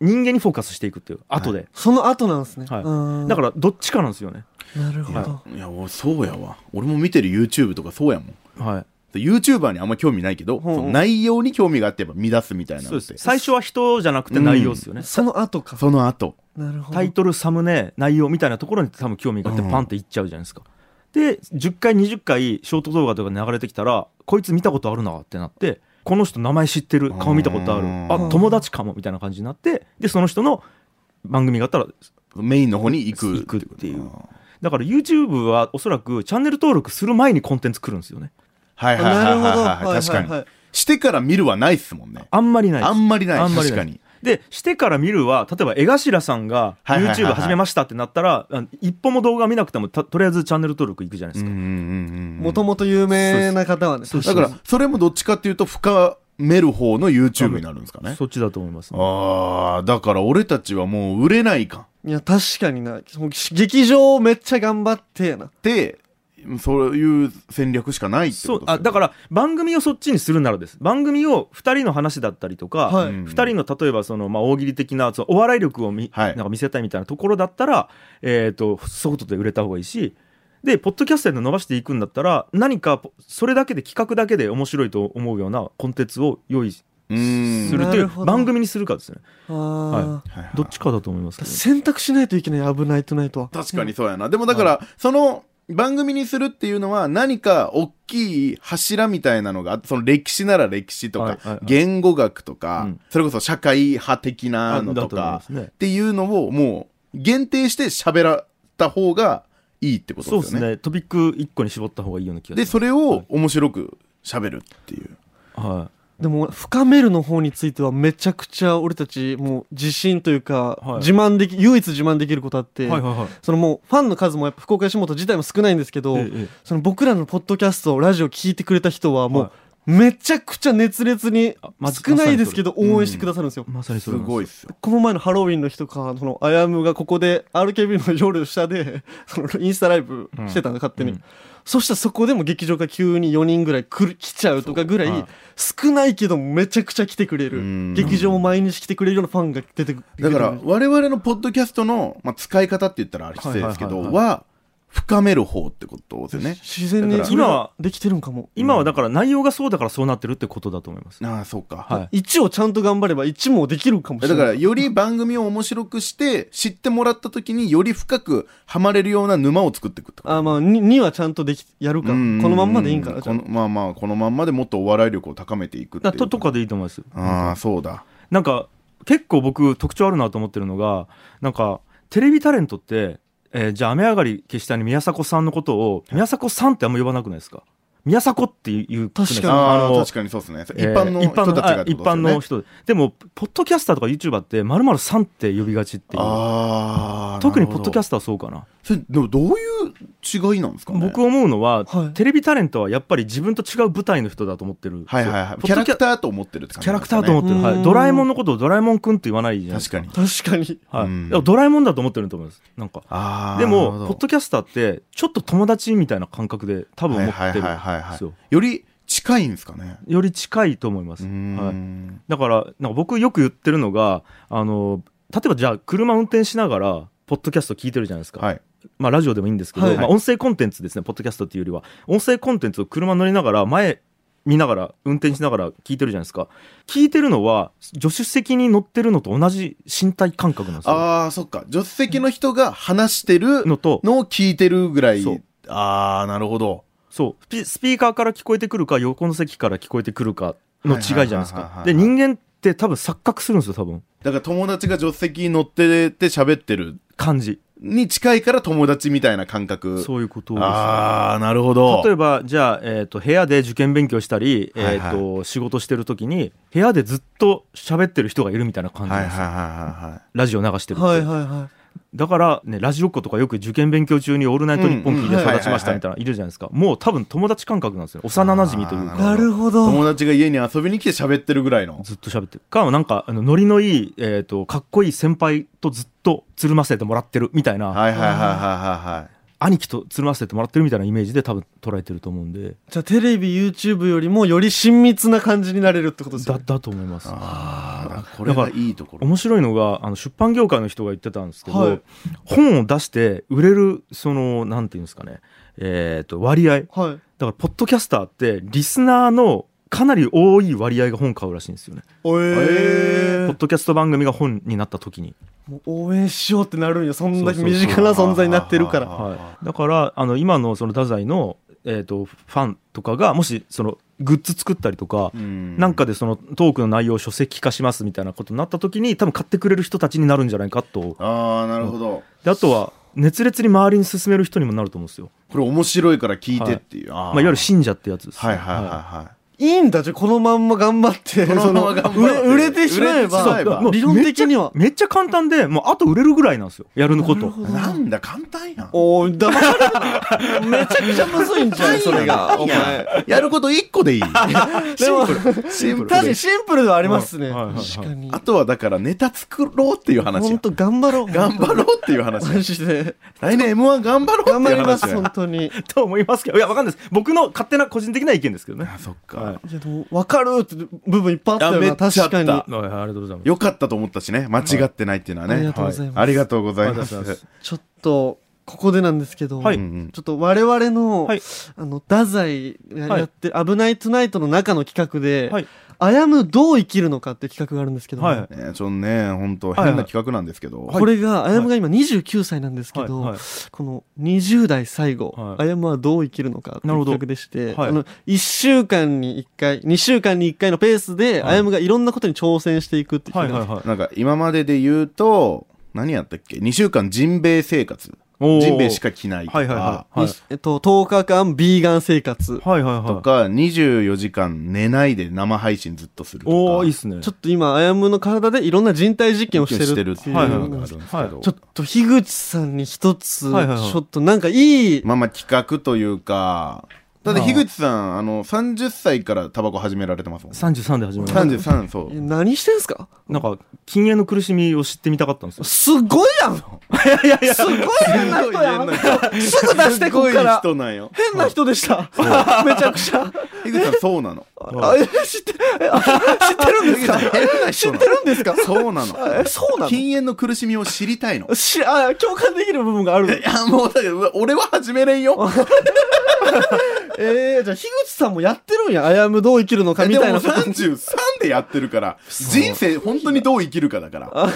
Speaker 4: 人間にフォーカスしていくっていう後で、
Speaker 2: その後なんですね、
Speaker 4: はいだ
Speaker 2: だ
Speaker 4: からどっちかなんですよね、
Speaker 2: らなるほど、
Speaker 5: いや、俺そうやわ。俺も見てる YouTube とかそうやもん。
Speaker 4: は
Speaker 5: YouTuber にあんま興味ないけど、
Speaker 2: ほうほう
Speaker 5: その内容に興味があってやっぱ乱すみたい
Speaker 4: い、
Speaker 5: な
Speaker 4: そう
Speaker 5: のっ
Speaker 4: で
Speaker 5: て
Speaker 4: す最初は人じゃなくて内容ですよね、
Speaker 2: その後か
Speaker 5: その後
Speaker 2: なるほど
Speaker 4: タイトルサムネ内容みたいなところに多分興味があって
Speaker 5: うん
Speaker 4: パンっていっちゃうじゃないですか、で10回20回ショート動画とか流れてきたらこいつ見たことあるなってなってこの人名前知ってる顔見たことある
Speaker 5: うん
Speaker 4: あ友達かもみたいな感じになってでその人の番組があったら
Speaker 5: メインの方に行く
Speaker 4: 行くっていう
Speaker 5: あ
Speaker 4: だから YouTube はおそらくチャンネル登録する前にコンテンツ来るんですよね
Speaker 5: はいはいはい
Speaker 2: なるほど
Speaker 5: はいはい確かにしてから見るはないっすもんね
Speaker 4: あんまりないです
Speaker 5: あんまりない
Speaker 4: あんまり
Speaker 5: 確
Speaker 4: ない
Speaker 5: かに
Speaker 4: でしてから見るは例えば江頭さんが
Speaker 5: はいはいはい
Speaker 4: YouTube
Speaker 5: はい
Speaker 4: 始めましたってなったら、あの一歩も動画見なくてもたとりあえずチャンネル登録いくじゃないで
Speaker 5: うん
Speaker 4: すか、
Speaker 5: うんうんうん
Speaker 2: もともと有名な方はね
Speaker 4: そう
Speaker 5: だからそれもどっちかっていうと深める方の YouTube になるんですかね
Speaker 4: そっちだと思います、
Speaker 5: ああだから俺たちはもう売れないかんっ
Speaker 2: いや確かになもう劇場めっちゃ頑張ってやな
Speaker 5: てそういう戦略しかないって
Speaker 4: そ
Speaker 5: こ
Speaker 4: う
Speaker 5: と
Speaker 4: あだから番組をそっちにするならです番組を2人の話だったりとか、
Speaker 2: はい
Speaker 5: うん
Speaker 4: 2人の例えばその、まあ、大喜利的なそのお笑い力をみ、
Speaker 5: はい
Speaker 4: なんか見せたいみたいなところだったら、えー、とそういうことで売れた方がいいしでポッドキャストで伸ばしていくんだったら何かポそれだけで企画だけで面白いと思うようなコンテンツを用意す
Speaker 5: うーん
Speaker 4: るとい
Speaker 2: なる
Speaker 4: う
Speaker 2: ほど
Speaker 4: 番組にするかですね
Speaker 2: あー、
Speaker 4: は
Speaker 5: はいはい
Speaker 4: どっちかだと思いますけどね、
Speaker 2: 選択しないといけない「危ないトゥナイトは」
Speaker 5: 確かにそうやな。でもだから、その番組にするっていうのは何か大きい柱みたいなのがあって、その歴史なら歴史とか、
Speaker 4: はいはいはい
Speaker 5: 言語学とか、
Speaker 4: うん
Speaker 5: それこそ社会派的なのと
Speaker 4: だと思いま
Speaker 5: か、
Speaker 4: すね
Speaker 5: っていうのをもう限定して喋らった方がいいってこと
Speaker 4: そう
Speaker 5: で
Speaker 4: ですす
Speaker 5: よね。
Speaker 4: ねトピック1個に絞った方がいいような気がし
Speaker 5: で、
Speaker 4: ます
Speaker 5: それを面白く喋るっていう。
Speaker 4: は
Speaker 2: でも深めるの方についてはめちゃくちゃ俺たちもう自信というか、
Speaker 4: はい
Speaker 2: 自慢でき唯一自慢できることあっ
Speaker 4: い、
Speaker 2: て、
Speaker 4: はいはいはい
Speaker 2: そのもうファンの数もやっぱ福岡吉本自体も少ないんですけど、
Speaker 4: ええええ
Speaker 2: その僕らのポッドキャストラジオ聞いてくれた人はも
Speaker 4: は
Speaker 2: うめちゃくちゃ熱烈に
Speaker 4: あまじ
Speaker 2: 少ないですけど応援してくださるんですよ、
Speaker 4: まさにそ
Speaker 5: す
Speaker 4: れなんですよ
Speaker 5: ごいっすよ。
Speaker 2: この前のハロウィンの日とかそのアヤムがここで RKB の夜下で そのインスタライブしてたの勝手に、そしたらそこでも劇場が急に4人ぐらい来る来ちゃうとかぐらい
Speaker 4: はい
Speaker 2: 少ないけどめちゃくちゃ来てくれ
Speaker 5: うん
Speaker 2: る劇場も毎日来てくれるようなファンが出てくる
Speaker 5: だから、我々のポッドキャストの、まあ、使い方って言ったら失礼ですけど、は深める方ってことですよね。
Speaker 2: 自然に
Speaker 5: だから
Speaker 2: 今
Speaker 4: 今
Speaker 2: は
Speaker 4: は
Speaker 2: できてるんかも
Speaker 4: 今はだから内容がそうだからそうなってるってことだと思います。
Speaker 5: ああ、そうか。
Speaker 4: はい。
Speaker 2: 1をちゃんと頑張れば1もできるかもしれ
Speaker 5: だ
Speaker 2: な
Speaker 5: か
Speaker 2: い
Speaker 5: らより番組を面白くして知ってもらった時により深くハマれるような沼を作っていくってこと
Speaker 2: あまあ 2, 2はちゃんとできやるかこ
Speaker 5: うん
Speaker 2: のまんまでいいんかなじゃ
Speaker 5: こ
Speaker 2: あ
Speaker 5: のまあまあこのまんまでもっとお笑い力を高めていくって
Speaker 4: だ
Speaker 5: いう
Speaker 4: ととかでいいと思いますよ。
Speaker 5: ああそうだ
Speaker 4: なんか結構僕特徴あるなと思ってるのがなんかテレビタレントってえーじゃあ雨上がり消したに宮迫さんのことを宮迫さんってあんま呼ばなくないですか宮迫っていうくないです
Speaker 2: 確
Speaker 5: あ
Speaker 4: の
Speaker 5: あ、確かにそうですね。一般の
Speaker 4: えー
Speaker 5: 人たちがってことですよね。
Speaker 4: 一般の人でもポッドキャスターとか YouTuber ってまるまるさんって呼びがちっていう
Speaker 5: ああ。
Speaker 4: 特にポッドキャ
Speaker 5: ス
Speaker 4: スターはそうかな
Speaker 5: ト。それ、でもどういう違いなんですかね
Speaker 4: 僕思うのは、
Speaker 2: はい
Speaker 4: テレビタレントはやっぱり自分と違う舞台の人だと思ってる
Speaker 5: はいはいはい。
Speaker 4: ポ
Speaker 5: キ
Speaker 4: ッ
Speaker 5: ャ
Speaker 4: ド
Speaker 5: ラ
Speaker 4: キャ
Speaker 5: クターと思ってるって感
Speaker 4: キ
Speaker 5: じ
Speaker 4: ャラ
Speaker 5: なんで
Speaker 4: ク
Speaker 5: すか
Speaker 4: ター
Speaker 5: ね
Speaker 4: と思ってる、は
Speaker 2: う
Speaker 4: い、
Speaker 2: ん
Speaker 4: ドラえもんのことをドラえもんくんって言わないじゃないですか
Speaker 5: 確かに。
Speaker 2: 確かに。
Speaker 4: はい
Speaker 5: うん
Speaker 4: でもドラえもんだと思ってると思いますなんか
Speaker 5: ああ。
Speaker 4: で
Speaker 5: なる
Speaker 4: もポ
Speaker 5: ほど
Speaker 4: ッドキャスターってちょっと友達みたいな感覚で多分思ってるん
Speaker 5: はいはいはい
Speaker 4: で
Speaker 5: はい
Speaker 4: すよ
Speaker 5: より近いんですかね。
Speaker 4: より近いと思います、
Speaker 5: うー
Speaker 4: はい、
Speaker 5: ん。
Speaker 4: だからなんか僕よく言ってるのがあの例えばじゃあ車運転しながらポッドキャスト聞いてるじゃないですか、
Speaker 5: はい。
Speaker 4: まあ、ラジオでもいいんですけど、
Speaker 2: はい
Speaker 4: まあ、音声コンテンツですねポッドキャストっていうよりは音声コンテンツを車乗りながら前見ながら運転しながら聞いてるじゃないですか聞いてるのは助手席に乗ってるのと同じ身体感覚なんですよ
Speaker 5: ああ、そっか。助手席の人が話してる
Speaker 4: のと
Speaker 5: のを聞いてるぐらい
Speaker 4: そう。
Speaker 5: ああ、なるほど。
Speaker 4: そうピスピーカーから聞こえてくるか横の席から聞こえてくるかの違いじゃないです
Speaker 5: はいはいはいはい
Speaker 4: か
Speaker 5: はい
Speaker 4: で人間って多分錯覚するんですよ多分
Speaker 5: だから友達が助手席に乗ってて喋ってる
Speaker 4: 感じ
Speaker 5: に近いから友達みたいな感覚。
Speaker 4: そういうことです
Speaker 5: ああ、なるほど。
Speaker 4: 例えばじゃあ、えー、と部屋で受験勉強したり、え
Speaker 5: はい
Speaker 4: ー
Speaker 5: はい
Speaker 4: と仕事してる時に部屋でずっと喋ってる人がいるみたいな感じ
Speaker 5: は
Speaker 4: なん
Speaker 5: いは
Speaker 4: で
Speaker 5: い
Speaker 4: すよ、
Speaker 5: はいはいはい。
Speaker 4: ラジオ流してるって、
Speaker 2: はいはいは
Speaker 4: だから、ね、ラジオっ子とかよく受験勉強中に「オールナイトニッポン」聞いて
Speaker 5: うんうん
Speaker 4: 育ちましたみたいなのいるじゃないですか、もう多分友達感覚なんですよ幼なじみという
Speaker 5: あ
Speaker 2: い。
Speaker 5: ー
Speaker 4: か
Speaker 2: なるほど。
Speaker 5: 友達が家に遊びに来て喋ってるぐらいの。
Speaker 4: ずっと喋ってるかなんかあのノリのいい、えー、とかっこいい先輩とずっとつるませてもらってるみたいな、
Speaker 5: はいはいはいはいはいはい。
Speaker 4: 兄貴とつるませてもらってるみたいなイメージで多分捉えてると思うんで
Speaker 2: じゃあテレビ、YouTube よりもより親密な感じになれるってことです
Speaker 4: だ
Speaker 2: よね。
Speaker 4: だと思います
Speaker 5: ああ、これがいいところ。
Speaker 4: 面白いのがあの出版業界の人が言ってたんですけど、
Speaker 2: はい
Speaker 4: 本を出して売れるそのなんていうんですかね、えー、と割合だか
Speaker 2: はい。
Speaker 4: らポッドキャスターってリスナーのかなり多い割合が本買うらしいんですよね、
Speaker 2: おえ
Speaker 4: ポッドキャスト番組が本になった時に、
Speaker 2: もう応援しようってなるんや。そんだけ
Speaker 4: そうそう
Speaker 2: 身
Speaker 4: そう
Speaker 2: 近な存在になってるから。
Speaker 5: あ
Speaker 4: はい、だからあの今のその太宰の、えー、とファンとかがもしそのグッズ作ったりとか、
Speaker 5: な
Speaker 4: なんかでそのトークの内容を書籍化しますみたいなことになった時に多分買ってくれる人たちになるんじゃないかと
Speaker 5: ああ、なるほど。
Speaker 4: であとは熱烈に周りに勧める人にもなると思うんですよ
Speaker 5: これ面白いから聞いてっていう。
Speaker 4: まあ、いわゆる
Speaker 5: は
Speaker 4: 信者ってやつです、
Speaker 5: いはいはいはい
Speaker 2: いんだ、じゃあこのまんま頑張って。
Speaker 5: このまま頑張って
Speaker 2: その売れ売れてしまえ
Speaker 5: 売れてしま
Speaker 2: ば
Speaker 5: え。ば
Speaker 4: もう
Speaker 2: 理論的には
Speaker 4: めっちゃ簡単でもうあと売れるぐらいなんですよやるのこ
Speaker 2: なる
Speaker 4: と
Speaker 2: ほど
Speaker 5: い。なんだ、簡単やん。
Speaker 2: おー、だまされたな。めちゃくちゃむずいんじゃん、それが。お前。
Speaker 5: やること1個で いい。
Speaker 2: でも、
Speaker 5: シンプ
Speaker 2: 確
Speaker 5: ル
Speaker 2: かにシンプルではありますね。
Speaker 4: うんはいはいはい
Speaker 2: 確かに
Speaker 5: あ。とはだからネタ作ろうっていう話
Speaker 2: 本
Speaker 5: や。
Speaker 2: 当頑張ろう。
Speaker 5: 頑張ろうっていう 話や。
Speaker 2: マジで。
Speaker 5: 来年 M1 頑張ろうっていう
Speaker 2: 頑
Speaker 5: 話
Speaker 2: 張
Speaker 5: や。
Speaker 2: ります、本当に。
Speaker 4: と思いますけどいやわかんないです僕の勝手な個人的な意見ですけどね
Speaker 5: あ、そっ
Speaker 4: はい
Speaker 5: か。
Speaker 2: いやでも分かるって部分いっぱいあったよ
Speaker 5: いや
Speaker 2: な
Speaker 5: めっちゃあ
Speaker 2: 確
Speaker 5: った
Speaker 2: かに
Speaker 4: ありがとうございます
Speaker 5: よかったと思ったしね。間違ってないっていうのはね。
Speaker 2: ありがとうございます
Speaker 5: はありがとうございま。
Speaker 4: ありがとうございます
Speaker 2: ちょっとここでなんですけど、
Speaker 4: はい
Speaker 5: うんうん
Speaker 2: ちょっと我々の、
Speaker 4: はい
Speaker 2: あの太宰がやってる「危ないトゥナイト」の中の企画で
Speaker 4: はい
Speaker 2: 「あやむどう生きるのか」っていう企画があるんですけど、
Speaker 4: はい
Speaker 5: ね、ちょっとね、本当
Speaker 4: はいはい
Speaker 5: 変な企画なんですけど。
Speaker 2: これがあやむが今29歳なんですけど、
Speaker 4: はいはい
Speaker 2: この20代最後、
Speaker 4: はい
Speaker 2: あやむはどう生きるのかっていう
Speaker 4: なるほど
Speaker 2: 企画でして、
Speaker 4: はい
Speaker 2: あの1週間に1回2週間に1回のペースで、
Speaker 4: はい
Speaker 2: あやむがいろんなことに挑戦していくっていう
Speaker 4: はい
Speaker 2: 企画
Speaker 4: は
Speaker 2: なん
Speaker 4: いは
Speaker 2: です
Speaker 4: い
Speaker 5: なんか今までで言うと、何やったっけ ?2 週間ジンベエ生活。
Speaker 4: おー
Speaker 5: ジンベエしか着ないとか、
Speaker 4: はいはいはいはい
Speaker 2: にえっと、10日間ビーガン生活。
Speaker 4: はいはい
Speaker 5: と
Speaker 4: はい
Speaker 5: か24時間寝ないで生配信ずっとするとか。
Speaker 4: おおいいっすね
Speaker 2: ちょっと今、あやむの体でいろんな人体実験をしてるっていう。
Speaker 5: してるって
Speaker 4: はい
Speaker 5: いう
Speaker 4: は
Speaker 5: の
Speaker 4: い
Speaker 5: があ
Speaker 4: はい
Speaker 5: るんで
Speaker 2: ちょ
Speaker 5: すけど。
Speaker 2: っと、樋口さんに一つ、
Speaker 4: はいはいはい
Speaker 2: ちょっとなんかいい、
Speaker 5: まあまあ企画というか、だって樋口さん、あの、30歳からタバコ始められてますもん。
Speaker 4: 33で始まりました
Speaker 5: 33、そう。
Speaker 2: 何してんすか
Speaker 4: なんか禁煙の苦しみを知ってみたかったんですよ
Speaker 2: すごいやん
Speaker 4: いやいや
Speaker 2: すごい変な人やんすぐ出してこっか
Speaker 5: すごい
Speaker 2: ら
Speaker 5: 人なんよ。
Speaker 2: 変な人でした。めちゃくちゃ。
Speaker 5: 樋口さん、そうなの。
Speaker 2: あえ知って、えあ知ってるんですか知ってるんですか
Speaker 5: そうなの。
Speaker 2: え、そうな
Speaker 5: 禁煙の苦しみを知りたいの。
Speaker 2: のし、あ、共感できる部分がある
Speaker 5: い。や、もうだけど、俺は始めれ んよ。
Speaker 2: えー、じゃあ、樋口さんもやってるんや。あやむどう生きるのかみ
Speaker 5: でも
Speaker 2: たいなこと。
Speaker 5: 33でやってるから、人生本当にどう生きるかだから。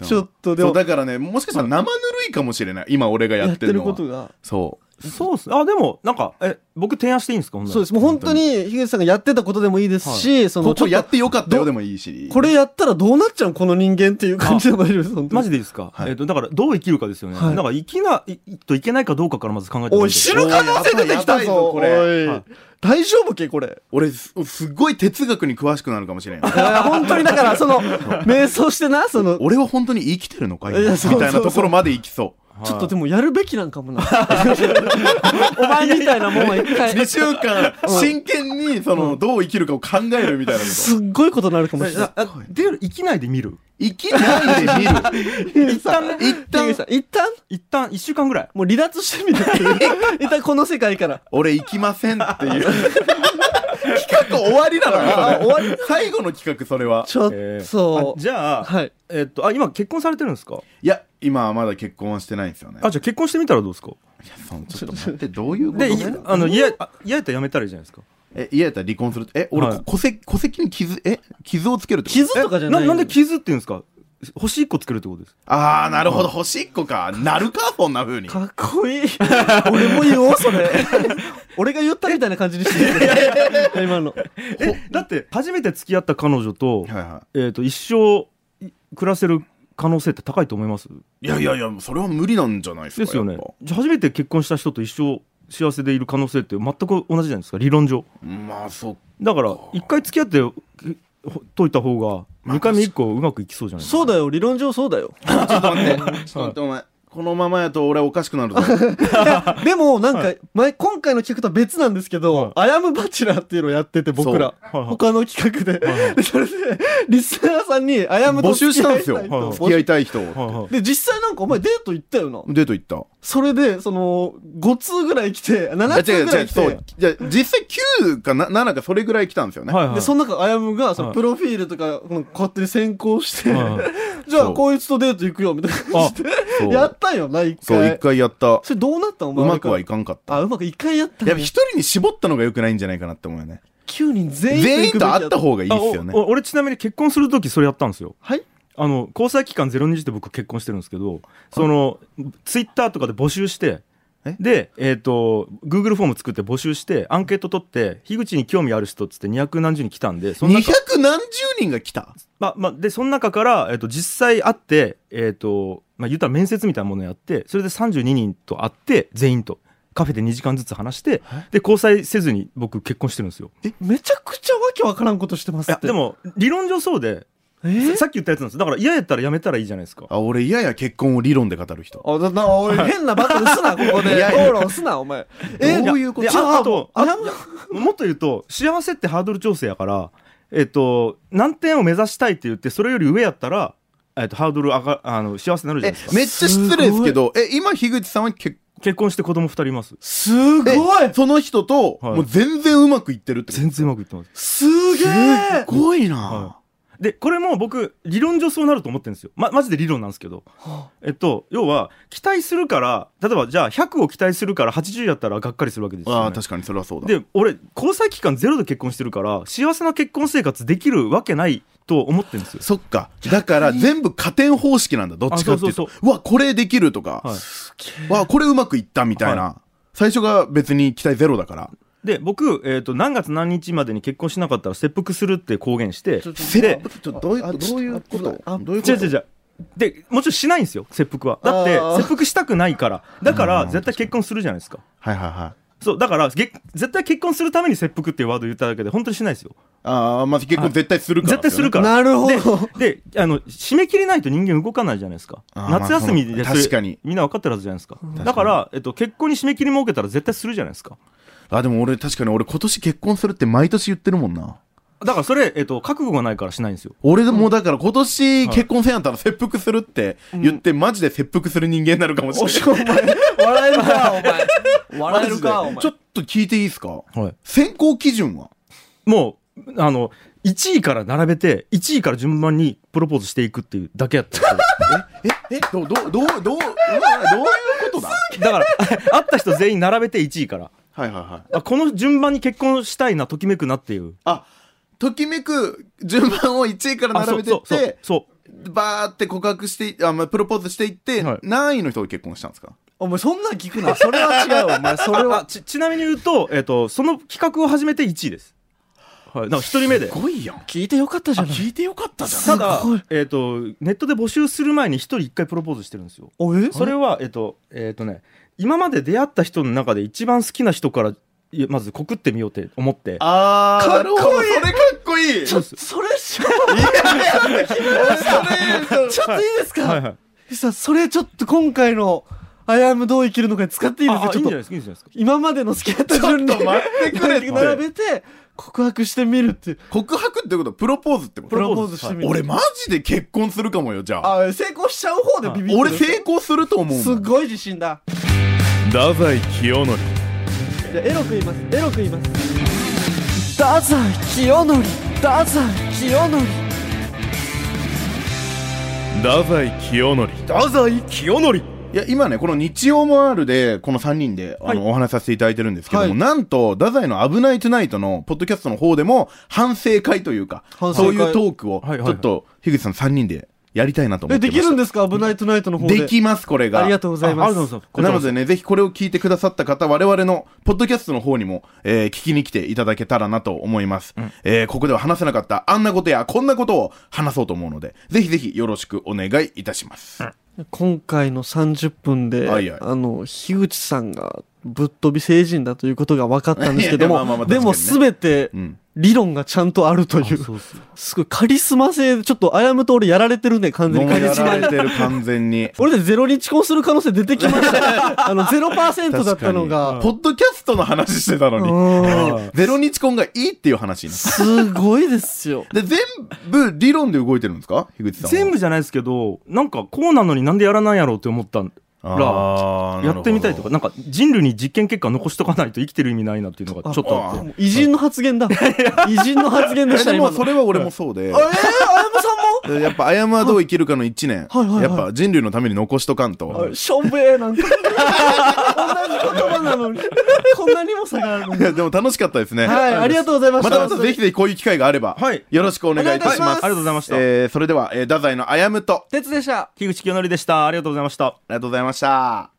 Speaker 5: そう
Speaker 2: ちょっとで
Speaker 5: そう
Speaker 2: も、
Speaker 5: だからね、もしかしたら生ぬるいかもしれない。今俺がやってるのは。
Speaker 2: ことが。
Speaker 5: そう。
Speaker 4: そうっすねあでもなんかえ僕提案していいんですかほんなら
Speaker 2: そうです。もう本当に、樋口さんがやってたことでもいいですし、その、
Speaker 5: ここ
Speaker 2: ちょ
Speaker 5: やっ
Speaker 2: っと
Speaker 5: てよかったよ
Speaker 2: ど
Speaker 5: でもいいし
Speaker 2: これやったらどうなっちゃうこの人間っていう感じのがいる。本当に
Speaker 4: マジでいいですか、
Speaker 5: はい
Speaker 4: えっとだからどう生きるかですよね、
Speaker 2: はい
Speaker 4: なんか生きないといけないかどうかからまず考えて
Speaker 2: お
Speaker 4: もいい
Speaker 2: い、死ぬ可能性出てきた
Speaker 5: おいやばいぞ
Speaker 2: ぞ、
Speaker 5: これ
Speaker 2: おい
Speaker 4: はい
Speaker 2: 大丈夫けこれ。
Speaker 5: 俺すすっごい哲学に詳しくなるかもしれんよ
Speaker 2: いや本当にだから、そ の、瞑想してな、その、
Speaker 5: 俺は本当に生きてるのか今
Speaker 2: い
Speaker 5: み
Speaker 2: やそうそうそう
Speaker 5: たいなところまで行きそ
Speaker 2: ちょっとでもやるべきなんかもな。 お前 みたいなもんは一
Speaker 5: う
Speaker 2: 回、
Speaker 5: 2週間真剣にそのどう生きるかを考えるみたいなこ と
Speaker 2: すっごいことになるかもしれない。
Speaker 4: ああ出る生きないで見る
Speaker 5: 生きないで見る
Speaker 2: 一旦、
Speaker 5: 一
Speaker 2: 一
Speaker 5: 旦
Speaker 2: 旦、一旦、
Speaker 4: 一旦一週間ぐらい
Speaker 2: もう離脱してみるっていう。一旦この世界から。
Speaker 5: 俺行きませんっていう企画終わりなの
Speaker 2: あ、
Speaker 5: よ
Speaker 2: 終わり
Speaker 5: それ最後の企画それは
Speaker 2: ちょっ
Speaker 4: あ
Speaker 2: と、
Speaker 4: じゃあ、
Speaker 2: はい。
Speaker 4: えっとあ今結婚されてるんですか
Speaker 5: いや今はまだ結婚はしてないんですよね
Speaker 4: あじゃあ結婚してみたらどうですか
Speaker 5: いやそのちょっと待ってどういうこと
Speaker 4: でいあの嫌あ嫌やったらやめたらいいじゃないですか
Speaker 5: え家やったら離婚するえ俺、
Speaker 4: はい
Speaker 5: 戸籍戸籍に傷え傷をつけるってこと
Speaker 2: 傷とかじゃない。
Speaker 4: えなんで傷って言うんですか星一個作るってことです
Speaker 5: ああなるほど星1個かなるかそんな風に
Speaker 2: かっこいい。 俺も言おう、それ。俺が言ったみたいな感じにしてる。今の。
Speaker 4: えだって初めて付き合った彼女と,、
Speaker 5: はいは
Speaker 4: えっと一生い暮らせる可能性って高いと思います
Speaker 5: いいやいやいやそれは無理なんじゃないですか
Speaker 4: ですよね
Speaker 5: やっぱ
Speaker 4: じゃあ初めて結婚した人と一生幸せでいる可能性って全く同じじゃないですか理論上
Speaker 5: まあそう
Speaker 4: だから一回付き合ってほといた方が
Speaker 5: あ
Speaker 4: 2回目以降うまくいきそうじゃないですか
Speaker 2: そうだよ、理論上そうだよ。
Speaker 5: ちょっと待って ちょっと待ってお前このままやと俺おかしくなるぞ
Speaker 2: でも、なんか、前、今回の企画とは別なんですけど、アヤムバチェラーっていうのをやってて、僕ら。
Speaker 4: はいはい
Speaker 2: 他の企画で。でそれで、リスナーさんに、アヤム
Speaker 5: 募集したんですよ
Speaker 2: 付
Speaker 4: はいはい
Speaker 5: 付き合いたい人
Speaker 4: はいはい
Speaker 2: で、実際なんかお前デート行ったよな。
Speaker 5: デート行った
Speaker 2: それで、その、5通ぐらい来て、
Speaker 5: あ
Speaker 2: 7
Speaker 5: 違
Speaker 2: 通
Speaker 5: う
Speaker 2: ぐら
Speaker 5: 違う
Speaker 2: い来
Speaker 5: そ
Speaker 2: て
Speaker 5: う、じゃあ実際9かな7かそれぐらい来たんですよね、
Speaker 4: はいはい
Speaker 2: で、その中、アヤムが、その、
Speaker 4: はい
Speaker 2: プロフィールとか、この勝手に先行して、
Speaker 4: はいはい
Speaker 2: じゃ
Speaker 5: そ
Speaker 2: あ、
Speaker 5: う
Speaker 2: こいつとデート行くよ、みたいな感じで。
Speaker 5: そ う
Speaker 2: やったんよな、一
Speaker 5: そう一
Speaker 2: 回。
Speaker 5: 回やった
Speaker 2: それどうなったんお
Speaker 5: う
Speaker 2: 前。
Speaker 5: まくはいかんかった
Speaker 2: あ、うまく一回やったん
Speaker 5: や
Speaker 2: や
Speaker 5: っぱ一人に絞ったのが良くないんじゃないかなって思うよね
Speaker 2: 9人全員
Speaker 5: 全員と会った
Speaker 2: 方
Speaker 5: 方 がいいですよ
Speaker 4: あお
Speaker 5: ね
Speaker 4: お俺ちなみに結婚する時それやったんですよ
Speaker 2: はい
Speaker 4: あの交際期間0日で僕結婚してるんですけどそのツイッターとかで募集して
Speaker 5: え
Speaker 4: でえっ、と Google フォーム作って募集してアンケート取って樋口に興味ある人っつって200何十人来たんでその
Speaker 5: 二
Speaker 4: 中
Speaker 5: 百何十人が来た
Speaker 4: まあまあ、でその中から、えっと実際会って、えっとまあ、言ったら面接みたいなものをやってそれで32人と会って全員とカフェで2時間ずつ話してで交際せずに僕結婚してるんですよ
Speaker 2: めちゃくちゃわけわからんことしてます
Speaker 4: い
Speaker 2: っ
Speaker 4: や
Speaker 2: て。
Speaker 4: でも理論上そうで
Speaker 2: え
Speaker 4: さ
Speaker 2: ー、
Speaker 4: さっき言ったやつなんですだから嫌やったらやめたらいいじゃないです か
Speaker 5: あ俺いやや結婚を理論で語る人
Speaker 2: あ、だな、俺変なバトルす な、ここで。討論すな、お前。え
Speaker 4: いや
Speaker 2: どういうこと
Speaker 4: でああと
Speaker 2: あやむ
Speaker 4: もっと言うと幸せってハードル調整やから、えっと何点を目指したいって言ってそれより上やったら、えっとハードル上があの幸せになるじゃない
Speaker 5: え
Speaker 4: ですか
Speaker 5: めっちゃ失礼ですけどえ今樋口さんは結
Speaker 4: 結婚して子供2人います
Speaker 2: すごい
Speaker 5: えその人と
Speaker 4: はい
Speaker 5: もう全然うまくいってるってこと
Speaker 4: 全然うまくいってます
Speaker 2: すげえ
Speaker 5: すごい
Speaker 4: は
Speaker 5: な
Speaker 4: でこれも僕理論上そうなると思ってるんですよ、ま、マジで理論なんですけど、えっと、要は期待するから例えばじゃあ100を期待するから80やったらがっかりするわけですよ、ね、
Speaker 5: あー確かにそれはそうだ
Speaker 4: で俺交際期間ゼロで結婚してるから幸せな結婚生活できるわけないと思ってるんですよ
Speaker 5: そっか。だから全部加点方式なんだ。どっちかっていう
Speaker 4: あそう
Speaker 5: と
Speaker 4: そう。
Speaker 5: うわ、これできるとか。
Speaker 4: はいう
Speaker 5: わ、これうまくいったみたいな。最初が別に期待ゼロだから。
Speaker 4: で僕、えー、と何月何日までに結婚しなかったら切腹するって公言して
Speaker 5: セ
Speaker 4: で
Speaker 5: プちょどういうどういうこと
Speaker 2: あ
Speaker 5: どういう
Speaker 4: 違う違う違うでもちろんしないんですよ切腹はだって
Speaker 2: あー
Speaker 4: 切腹したくないからだから絶対結婚するじゃないですか
Speaker 5: はいはいはい。
Speaker 4: そうだからげ絶対結婚するために切腹っていうワード言っただけで本当にしないですよ
Speaker 5: ああ、まず結婚絶対するから。
Speaker 4: 絶対するから
Speaker 2: なるほど。
Speaker 4: であの締め切りないと人間動かないじゃないですか
Speaker 5: あー
Speaker 4: 夏休み
Speaker 5: ま
Speaker 4: で
Speaker 5: あ
Speaker 4: す
Speaker 5: その確かに
Speaker 4: みんな分かってるはずじゃないですかだから、えっと、結婚に締め切り設けたら絶対するじゃないですか
Speaker 5: あ、でも俺確かに俺今年結婚するって毎年言ってるもんな。
Speaker 4: だからそれ、えっと、覚悟がないからしないんですよ
Speaker 5: 俺でもだから今年結婚せんやったら切腹するって言って、マジで切腹する人間になるかもしれない。
Speaker 2: お前、笑えるか、 お前。笑えるか、お
Speaker 5: マジで
Speaker 2: 前。
Speaker 5: ちょっと聞いていいですか
Speaker 4: はい
Speaker 5: 選考基準は
Speaker 4: もうあの1位から並べて1位から順番にプロポーズしていくっていうだけやったんですよ
Speaker 5: え、どう、どう、どう、どう、どういうことだ
Speaker 4: だから会った人全員並べて1位から
Speaker 5: はいはいはい。
Speaker 4: あこの順番に結婚したいなときめくなっていう
Speaker 5: あ、ときめく順番を1位から
Speaker 4: あ
Speaker 5: 並べてっ
Speaker 4: そうそうそう
Speaker 5: て、
Speaker 4: そう
Speaker 5: バーって告白してい、あまあ、プロポーズしていって、
Speaker 4: はい
Speaker 5: 何位の人と結婚したんですか
Speaker 4: あ
Speaker 2: お前そんなん聞くな。それは違う。お 前それ
Speaker 4: あ
Speaker 2: は。
Speaker 4: ちちなみに言うと,、えっとその企画を始めて1位です、はい、なんか1人目です
Speaker 5: ごいやん
Speaker 2: 聞いてよかったじゃない。
Speaker 5: 聞いてよかったじゃん
Speaker 4: ただ
Speaker 2: すごい、
Speaker 4: えっとネットで募集する前に1人1回プロポーズしてるんですよ
Speaker 2: おえ
Speaker 4: それはえっ、とえっ、とね今まで出会った人の中で一番好きな人からいやまず告ってみようって思って
Speaker 5: あー
Speaker 2: か
Speaker 5: な
Speaker 2: っ
Speaker 5: る
Speaker 2: こいい
Speaker 5: ほどそれかっこいい
Speaker 2: ちょ、それしょ、
Speaker 5: それ
Speaker 2: ちょっといいですか、
Speaker 4: はいはい
Speaker 2: さそれちょっと今回の、アヤムどう生きるのかに使っていいです
Speaker 4: あ
Speaker 2: か
Speaker 4: あい
Speaker 2: ち
Speaker 4: い
Speaker 2: ょ
Speaker 4: ん
Speaker 2: っ
Speaker 4: じゃないで
Speaker 2: と
Speaker 4: すかいいんじゃないですか
Speaker 2: 今までの付き合った順に
Speaker 5: ちょっと待ってくれって
Speaker 2: 並べて告白してみるって
Speaker 5: 告白ってことプロポーズってこ
Speaker 2: プ
Speaker 5: と
Speaker 2: ロポーズしてみる
Speaker 5: 俺マジで結婚するかもよじゃあ
Speaker 2: あ成功しちゃう方でビビってる
Speaker 5: 俺成功すると思うもん
Speaker 2: すごい自信だ
Speaker 1: 太宰清則
Speaker 2: じゃあエロく言いますエロく言います
Speaker 3: 太宰清則太宰清則
Speaker 1: 太宰清則
Speaker 4: 太宰清則
Speaker 5: いや、今ね、この日曜もあるで、この3人で、あの、お話しさせていただいてるんですけども、
Speaker 2: はい
Speaker 5: なんと、太宰の危ないトゥナイトの、ポッドキャストの方でも、反省会というか、
Speaker 2: 反省
Speaker 5: そう
Speaker 2: 会
Speaker 5: いうトークを、
Speaker 4: はいはい
Speaker 5: ち
Speaker 4: はい
Speaker 5: ょっと、樋口さん3人でやりたいなと思
Speaker 2: え
Speaker 5: って
Speaker 2: で
Speaker 5: ま
Speaker 2: き
Speaker 5: す。
Speaker 2: るんですか危ないトゥナイトの方で
Speaker 5: できます、これが。
Speaker 2: ありがとうござい
Speaker 4: ああ
Speaker 2: ま
Speaker 4: り
Speaker 2: す
Speaker 4: がとうございますこち
Speaker 5: な
Speaker 4: らこ
Speaker 5: の
Speaker 4: そ
Speaker 5: でね、ぜひこれを聞いてくださった方、我々のポッドキャストの方にも、えー聞きに来ていただけたらなと思います、えーここでは話せなかった、あんなことやこんなことを話そうと思うので、ぜひぜひよろしくお願いいたします。
Speaker 2: 今回の30分で、
Speaker 5: はいはい
Speaker 2: あの樋口さんがぶっ飛び成人だということが分かったんですけど
Speaker 5: いやいや まあま
Speaker 2: も
Speaker 5: あまあ確
Speaker 2: で
Speaker 5: かにね
Speaker 2: も全て
Speaker 5: うん。
Speaker 2: 理論がちゃんとあるという
Speaker 4: そうっすよ
Speaker 2: すごいカリスマ性でちょっとあやむと俺やられてるね完全
Speaker 5: も
Speaker 2: にカ
Speaker 5: う
Speaker 2: リ
Speaker 5: や
Speaker 2: スマ
Speaker 5: られてる、完全に。
Speaker 2: 俺でゼロ日婚する可能性出てきま した。あの、0%だったのが。
Speaker 5: ポッドキャストの話してたの
Speaker 2: う
Speaker 5: に、
Speaker 2: ん。
Speaker 5: ゼロ日婚がいいっていう話になっ
Speaker 2: すごいですよ。
Speaker 5: たで、全部理論で動いてるんですか樋口さんは。
Speaker 4: 全部じゃないですけどなんかこうなのになんでやらないやろうって思った
Speaker 5: あー
Speaker 4: やってみたいとか。なんか人類に実験結果残しとかないと生きてる意味ないなっていうのがちょっとあって
Speaker 2: もう偉人の発言だ。偉人の発言
Speaker 5: な
Speaker 2: で
Speaker 5: る
Speaker 2: した、
Speaker 5: ほどえでも
Speaker 2: 今
Speaker 5: そ
Speaker 2: の。
Speaker 5: れは俺もそうで。
Speaker 2: えー、あやむさ
Speaker 5: やっぱ、あやむはどう生きるかの一年。
Speaker 2: はいはいはい
Speaker 5: やっぱ人類のために残しとか
Speaker 2: ん
Speaker 5: ん
Speaker 2: も
Speaker 5: と。
Speaker 2: あしょべえなんか。同じ言葉なのに。こんなにも差があるの
Speaker 5: い
Speaker 2: に。
Speaker 5: やでも楽しかったですね。
Speaker 2: はい、ありがとうございまし
Speaker 5: ま
Speaker 2: た。
Speaker 5: たまたぜひぜひこういう機会があれば、
Speaker 4: はい
Speaker 5: よろしくお願いいたします。
Speaker 4: ありがとうございました、
Speaker 5: えー、それでは、えー、太宰のあやむと、あ
Speaker 2: 鉄でした。
Speaker 4: 樋口清則でしたありがとうございました
Speaker 5: りがとうございました。